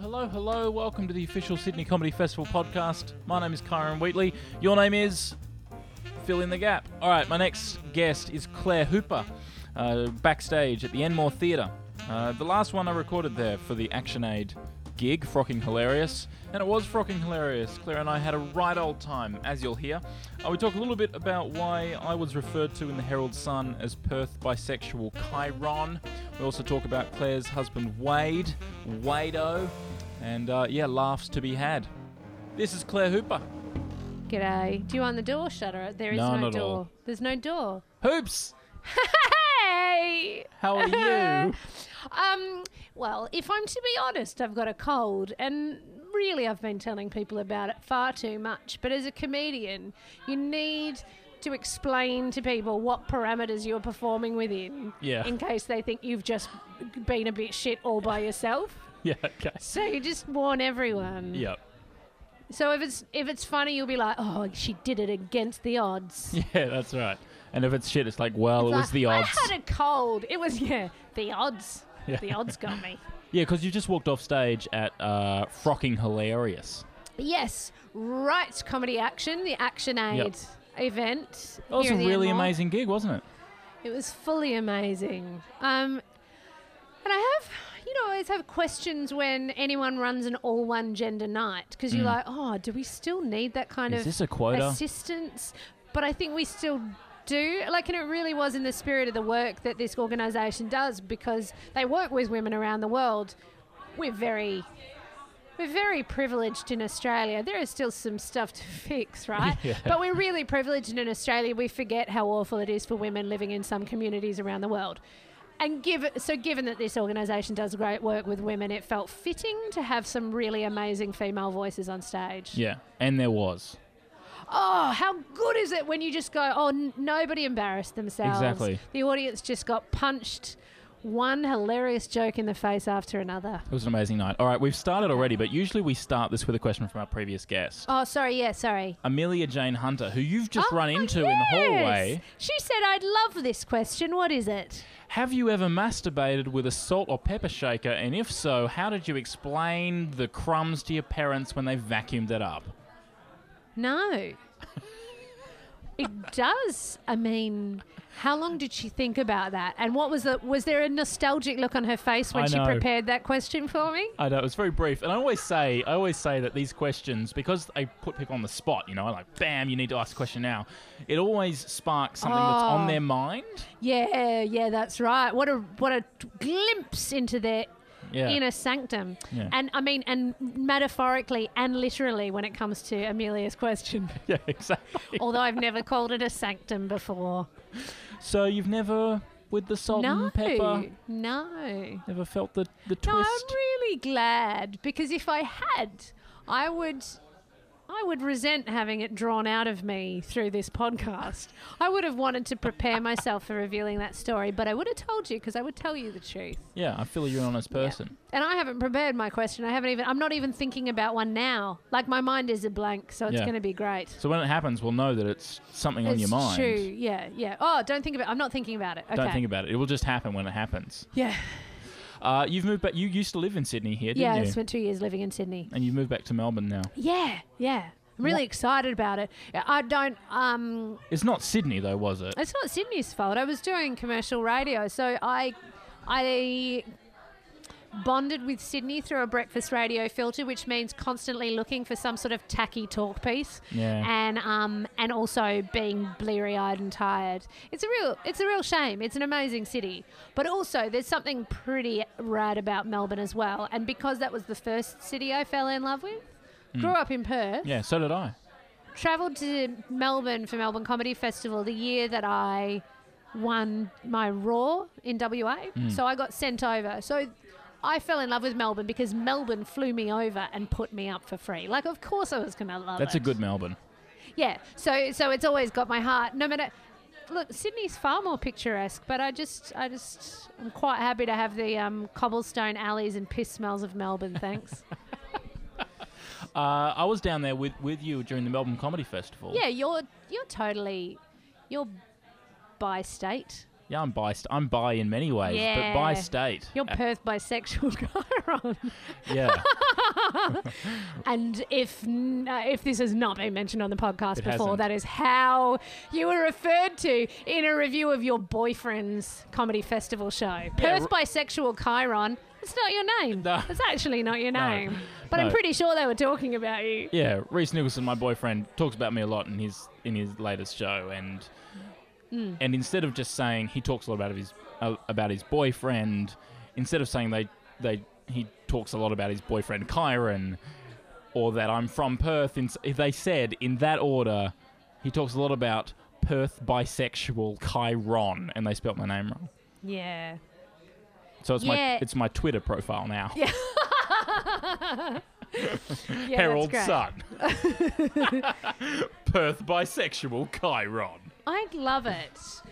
Hello, welcome to the official Sydney Comedy Festival podcast. My name is Kyron Wheatley. Your name is fill in the gap. All right, my next guest is Claire Hooper, uh, backstage at the Enmore Theatre. Uh, the last one I recorded there for the Action Aid gig, Frocking Hilarious, and it was Frocking Hilarious. Claire and I had a right old time, as you'll hear. Uh, we talk a little bit about why I was referred to in the Herald Sun as Perth bisexual Chiron. We also talk about Claire's husband Wade, Wado, and uh, yeah, laughs to be had. This is Claire Hooper. G'day. Do you want the door shutter? There is No, no, not at door. all. There's no door. Hoops! Hey. How are you? Um. Well, if I'm to be honest, I've got a cold, and really, I've been telling people about it far too much. But as a comedian, you need to explain to people what parameters you're performing within, Yeah. in case they think you've just been a bit shit all by yourself. yeah, okay. So you just warn everyone. Yep. So if it's if it's funny, you'll be like, "Oh, she did it against the odds." Yeah, that's right. And if it's shit, it's like, well, it was Like, the odds. I had a cold. It was yeah, the odds. Yeah. The odds got me. Yeah, because you just walked off stage at uh, Frocking Hilarious. Yes, right. Comedy action, the Action Aid event. That was here a in the really Enmore. amazing gig, wasn't it? It was fully amazing. Um, and I have, you know, I always have questions when anyone runs an all one gender night because you're like, oh, do we still need that kind Mm. Is of this a quota? assistance? But I think we still do. Like, and it really was in the spirit of the work that this organisation does because they work with women around the world. We're very. We're very privileged in Australia. There is still some stuff to fix, right? Yeah. But we're really privileged, and in Australia, we forget how awful it is for women living in some communities around the world. And give, so, given that this organisation does great work with women, it felt fitting to have some really amazing female voices on stage. Yeah, and there was. Oh, how good is it when you just go, oh, n- nobody embarrassed themselves. Exactly. The audience just got punched one hilarious joke in the face after another. It was an amazing night. All right, we've started already, but usually we start this with a question from our previous guest. Oh, sorry, yeah, sorry. Amelia Jane Hunter, who you've just Oh, run into in the yes. hallway. She said, I'd love this question. What is it? Have you ever masturbated with a salt or pepper shaker? And if so, how did you explain the crumbs to your parents when they vacuumed it up? No. it does. I mean, how long did she think about that? And what was the was there a nostalgic look on her face when I she know. prepared that question for me? I know it was very brief, and I always say, I always say that these questions, because I put people on the spot, you know, like bam, you need to ask a question now. It always sparks something that's on Oh. their mind. Yeah, yeah, that's right. What a what a glimpse into their Yeah, inner sanctum. Yeah. And I mean, and metaphorically and literally when it comes to Amelia's question, yeah, exactly. although I've never called it a sanctum before. So you've never, with the salt no, and pepper, no. never felt the the No, I'm twist. really glad because if I had, I would. I would resent having it drawn out of me through this podcast. I would have wanted to prepare myself for revealing that story, but I would have told you because I would tell you the truth. yeah, I feel you're an honest person. And I haven't prepared my question. I haven't even. I'm not even thinking about one now. Like my mind is a blank, so it's Yeah. going to be great. So when it happens, we'll know that it's something on It's your mind. True. Yeah. Yeah. Oh, don't think about. I'm not thinking about it. Okay. Don't think about it. It will just happen when it happens. yeah. Uh, you've moved back. You used to live in Sydney here, Yeah. didn't I you? spent two years living in Sydney. and you've moved back to Melbourne now. Yeah. Yeah. I'm really What- excited about it. I don't. Um, It's not Sydney though, was it? it's not Sydney's fault. I was doing commercial radio, so I, I bonded with Sydney through a breakfast radio filter, which means constantly looking for some sort of tacky talk piece. Yeah. and um and also being bleary eyed and tired. It's a real it's a real shame. It's an amazing city, but also there's something pretty rad about Melbourne as well. And because that was the first city I fell in love with, grew up in Perth, Mm. yeah. So did I. travelled to Melbourne for Melbourne Comedy Festival the year that I won my Raw in WA. Mm. So I got sent over. So I fell in love with Melbourne because Melbourne flew me over and put me up for free. Like, of course I was going to love it. That's a good Melbourne. Yeah. So so it's always got my heart. No matter. Look, Sydney's far more picturesque, but I just I just I'm quite happy to have the um, cobblestone alleys and piss smells of Melbourne. Thanks. Uh, I was down there with, with you during the Melbourne Comedy Festival. yeah, you're you're totally you're by state. Yeah, I'm bi. St- I'm bi in many ways, but Yeah. bi state. You're Uh, Perth bisexual Chiron. yeah. and if n- uh, if this has not been mentioned on the podcast It before, hasn't. that is how you were referred to in a review of your boyfriend's comedy festival show. Perth bisexual Chiron. It's not your name. No. It's actually not your name. But I'm No. pretty sure they were talking about you. Yeah, Reese Nicholson, my boyfriend, talks about me a lot in his in his latest show, and Hmm. and instead of just saying he talks a lot about his uh, about his boyfriend, instead of saying they they he talks a lot about his boyfriend Kyron, or that I'm from Perth, in, if they said in that order, he talks a lot about Perth bisexual Kyron, and they spelt my name wrong. Yeah. So it's my Yeah. it's my Twitter profile now. yeah that's Herald great. Sun. Perth bisexual Chiron. I love it.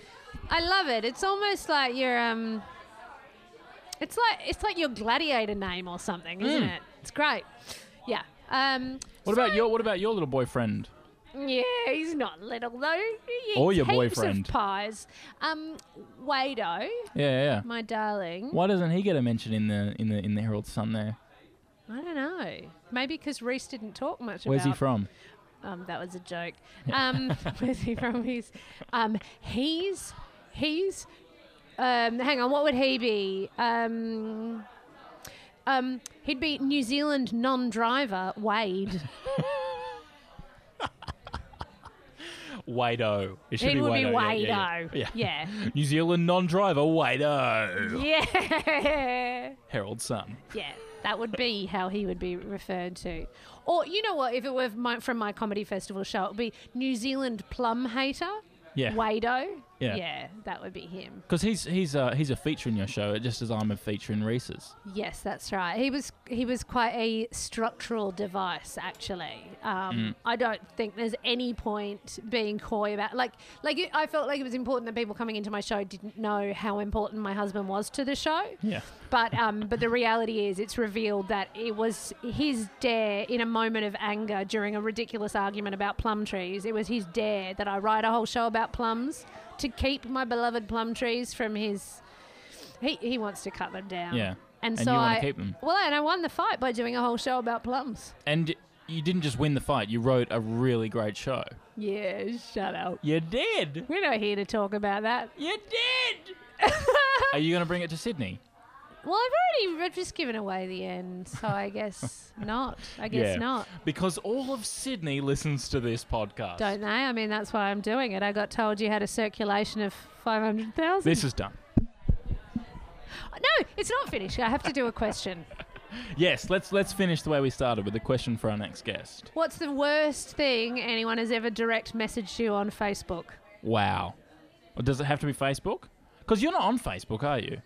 I love it. It's almost like your um it's like it's like your gladiator name or something, isn't it? It's great. Yeah. Um Hmm. What about your What about your little boyfriend? yeah, he's not little though. He Or eats your heaps of boyfriend. pies. Um Wado, Yeah, yeah. my darling. Why doesn't he get a mention in the in the in the Herald Sun? There. I don't know. Maybe because Reese didn't talk much Where's about he from? Um, that was a joke. Um, where's he from? He's, um, he's, he's. Um, hang on, what would he be? Um, um, he'd be New Zealand non-driver Wade. Wado. It should It would be Wado, Wado. yeah, Yeah. yeah, yeah. New Zealand non-driver Wado. Yeah. yeah. Herald Sun. Yeah, that would be how he would be referred to. Or you know what? If it were my, from my comedy festival show, it would be New Zealand plum hater Yeah. Wado. Yeah. yeah, that would be him. Because he's he's uh, he's a feature in your show, just as I'm a feature in Reese's. Yes, that's right. He was he was quite a structural device, actually. Um, I don't think there's any point being coy about like like it, I felt like it was important that people coming into my show didn't know how important my husband was to the show. Yeah. But um, but the reality is, it's revealed that it was his dare in a moment of anger during a ridiculous argument about plum trees. It was his dare that I write a whole show about plums to keep my beloved plum trees from his. He he wants to cut them down. Yeah. And And, so you want I to keep them. well, and I won the fight by doing a whole show about plums. And you didn't just win the fight. You wrote a really great show. Yeah, shut up. You did. We're not here to talk about that. You did. Are you going to bring it to Sydney? Well, I've already I've just given away the end, so I guess not. I guess not. Because all of Sydney listens to this podcast. Don't they? I mean, that's why I'm doing it. I got told you had a circulation of 500,000. This is done. No, it's not finished. I have to do a question. Yes, let's let's finish the way we started with a question for our next guest. What's the worst thing anyone has ever direct messaged you on Facebook? Wow. Well, does it have to be Facebook? Because you're not on Facebook, are you?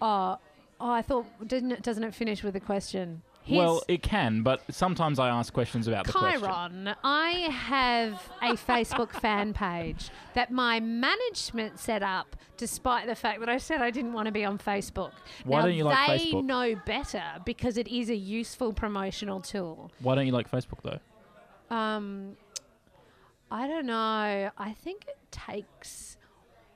Oh, oh I thought, didn't it, doesn't it finish with a question? well, Here's- it can, but sometimes I ask questions about the question. Chiron, I have a Facebook fan page that my management set up despite the fact that I said I didn't want to be on Facebook. Why Now, don't you like they Facebook? know better because it is a useful promotional tool. Why don't you like Facebook though? Um, I don't know. I think it takes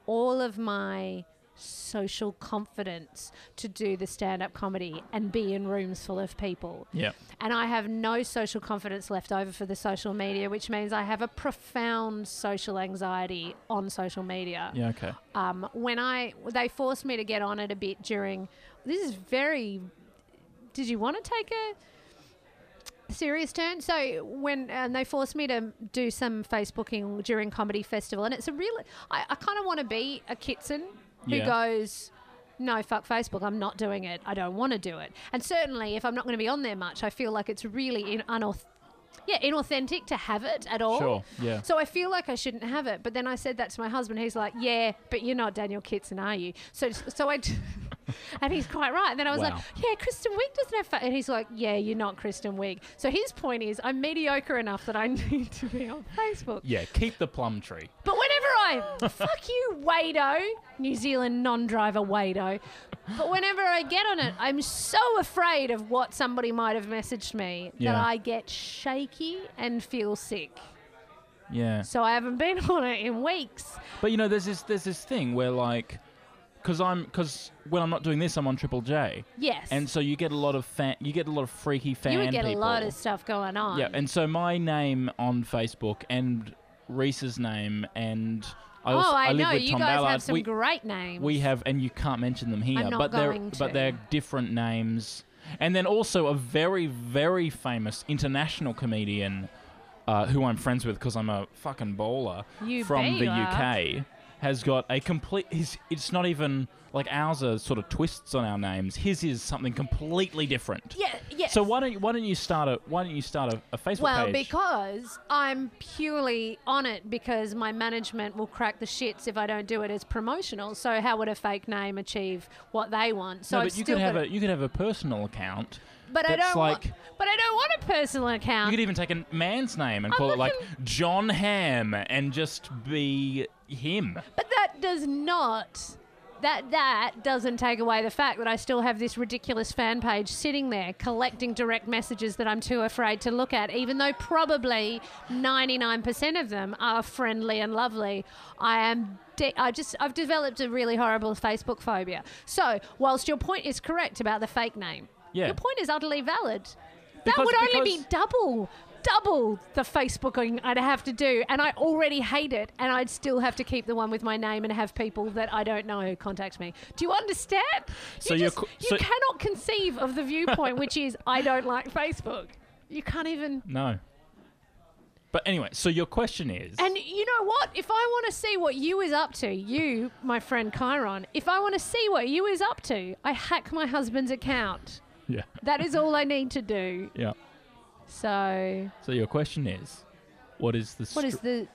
all of my social confidence to do the stand-up comedy and be in rooms full of people Yeah. and I have no social confidence left over for the social media, which means I have a profound social anxiety on social media. Yeah. Okay. Um, when I they forced me to get on it a bit during this is very. Did you want to take a serious turn? So when and they forced me to do some Facebooking during comedy festival, and it's a real. I, I kind of want to be a Kitson who Yeah. goes. No, fuck Facebook. I'm not doing it. I don't want to do it. And certainly, if I'm not going to be on there much, I feel like it's really in, unauth- yeah, inauthentic to have it at all. Sure. Yeah. So I feel like I shouldn't have it. But then I said that to my husband. He's like, "Yeah, but you're not Daniel Kitson, are you?" So so I, d- and he's quite right. And then I was Wow. like, "Yeah, Kristen Wiig doesn't have," fa-. and he's like, "Yeah, you're not Kristen Wiig." So his point is, I'm mediocre enough that I need to be on Facebook. yeah. Keep the plum tree. But whenever I fuck you, Wado, New Zealand non-driver Wado. But whenever I get on it, I'm so afraid of what somebody might have messaged me that Yeah. I get shaky and feel sick. Yeah. So I haven't been on it in weeks. But you know, there's this there's this thing where like because I'm because when I'm not doing this, I'm on Triple J, Yes. and so you get a lot of fan, you get a lot of freaky fan. you would get people. a lot of stuff going on. Yeah, and so my name on Facebook and Reese's name and I also oh, I, live know. with You Tom guys Ballard. have some we, great names. we have, and you can't mention them here, I'm not but they're going to. but they're different names. And then also a very very famous international comedian uh, who I'm friends with because I'm a fucking bowler You from bet the you are. UK has got a complete. His, it's not even like ours are sort of twists on our names. His is something completely different. Yeah, yes. So why don't you, why don't you start a why don't you start a, a Facebook Well, page? because I'm purely on it because my management will crack the shits if I don't do it as promotional. So how would a fake name achieve what they want? So no, I've but you still could have got a you could have a personal account. But I that's don't. Like, like- but I don't want a personal account. You could even take a man's name and call it like John Ham and just be him. But that does not that that doesn't take away the fact that I still have this ridiculous fan page sitting there collecting direct messages that I'm too afraid to look at, even though probably 99% of them are friendly and lovely. I am. De- I just I've developed a really horrible Facebook phobia. So whilst your point is correct about the fake name, Yeah. your point is utterly valid. that Because- would only be because- double double the facebooking i'd have to do and i already hate it and i'd still have to keep the one with my name and have people that i don't know contact me do you understand So you, you're just, co- you so- cannot conceive of the viewpoint which is i don't like facebook you can't even No. But anyway, so your question is and you know what if i want to see what you is up to you my friend chiron if i want to see what you is up to i hack my husband's account Yeah. that is all i need to do Yeah. so So your question is what is the, what is str- the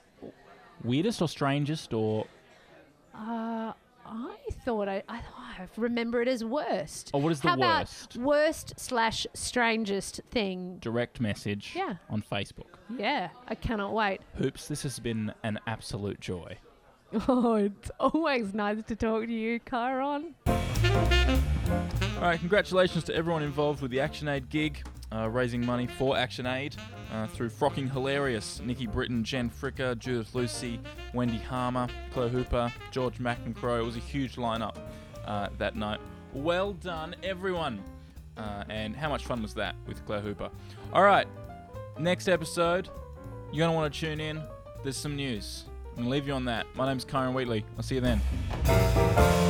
weirdest or strangest or Uh, I thought I, I, I remember it as worst. Oh, what is the How worst? about worst slash strangest thing? direct message Yeah. on Facebook? Yeah, I cannot wait. Hoops, this has been an absolute joy. Oh, it's always nice to talk to you, Chiron. All right, congratulations to everyone involved with the ActionAid gig, uh, raising money for ActionAid uh, through Frocking Hilarious, Nikki Britton, Jen Fricker, Judith Lucy, Wendy Harmer, Claire Hooper, George McEncrow. It was a huge lineup uh, that night. Well done, everyone. Uh, and how much fun was that with Claire Hooper? All right, next episode, you're going to want to tune in. There's some news. I'm going to leave you on that. My name's Kyron Wheatley. I'll see you then.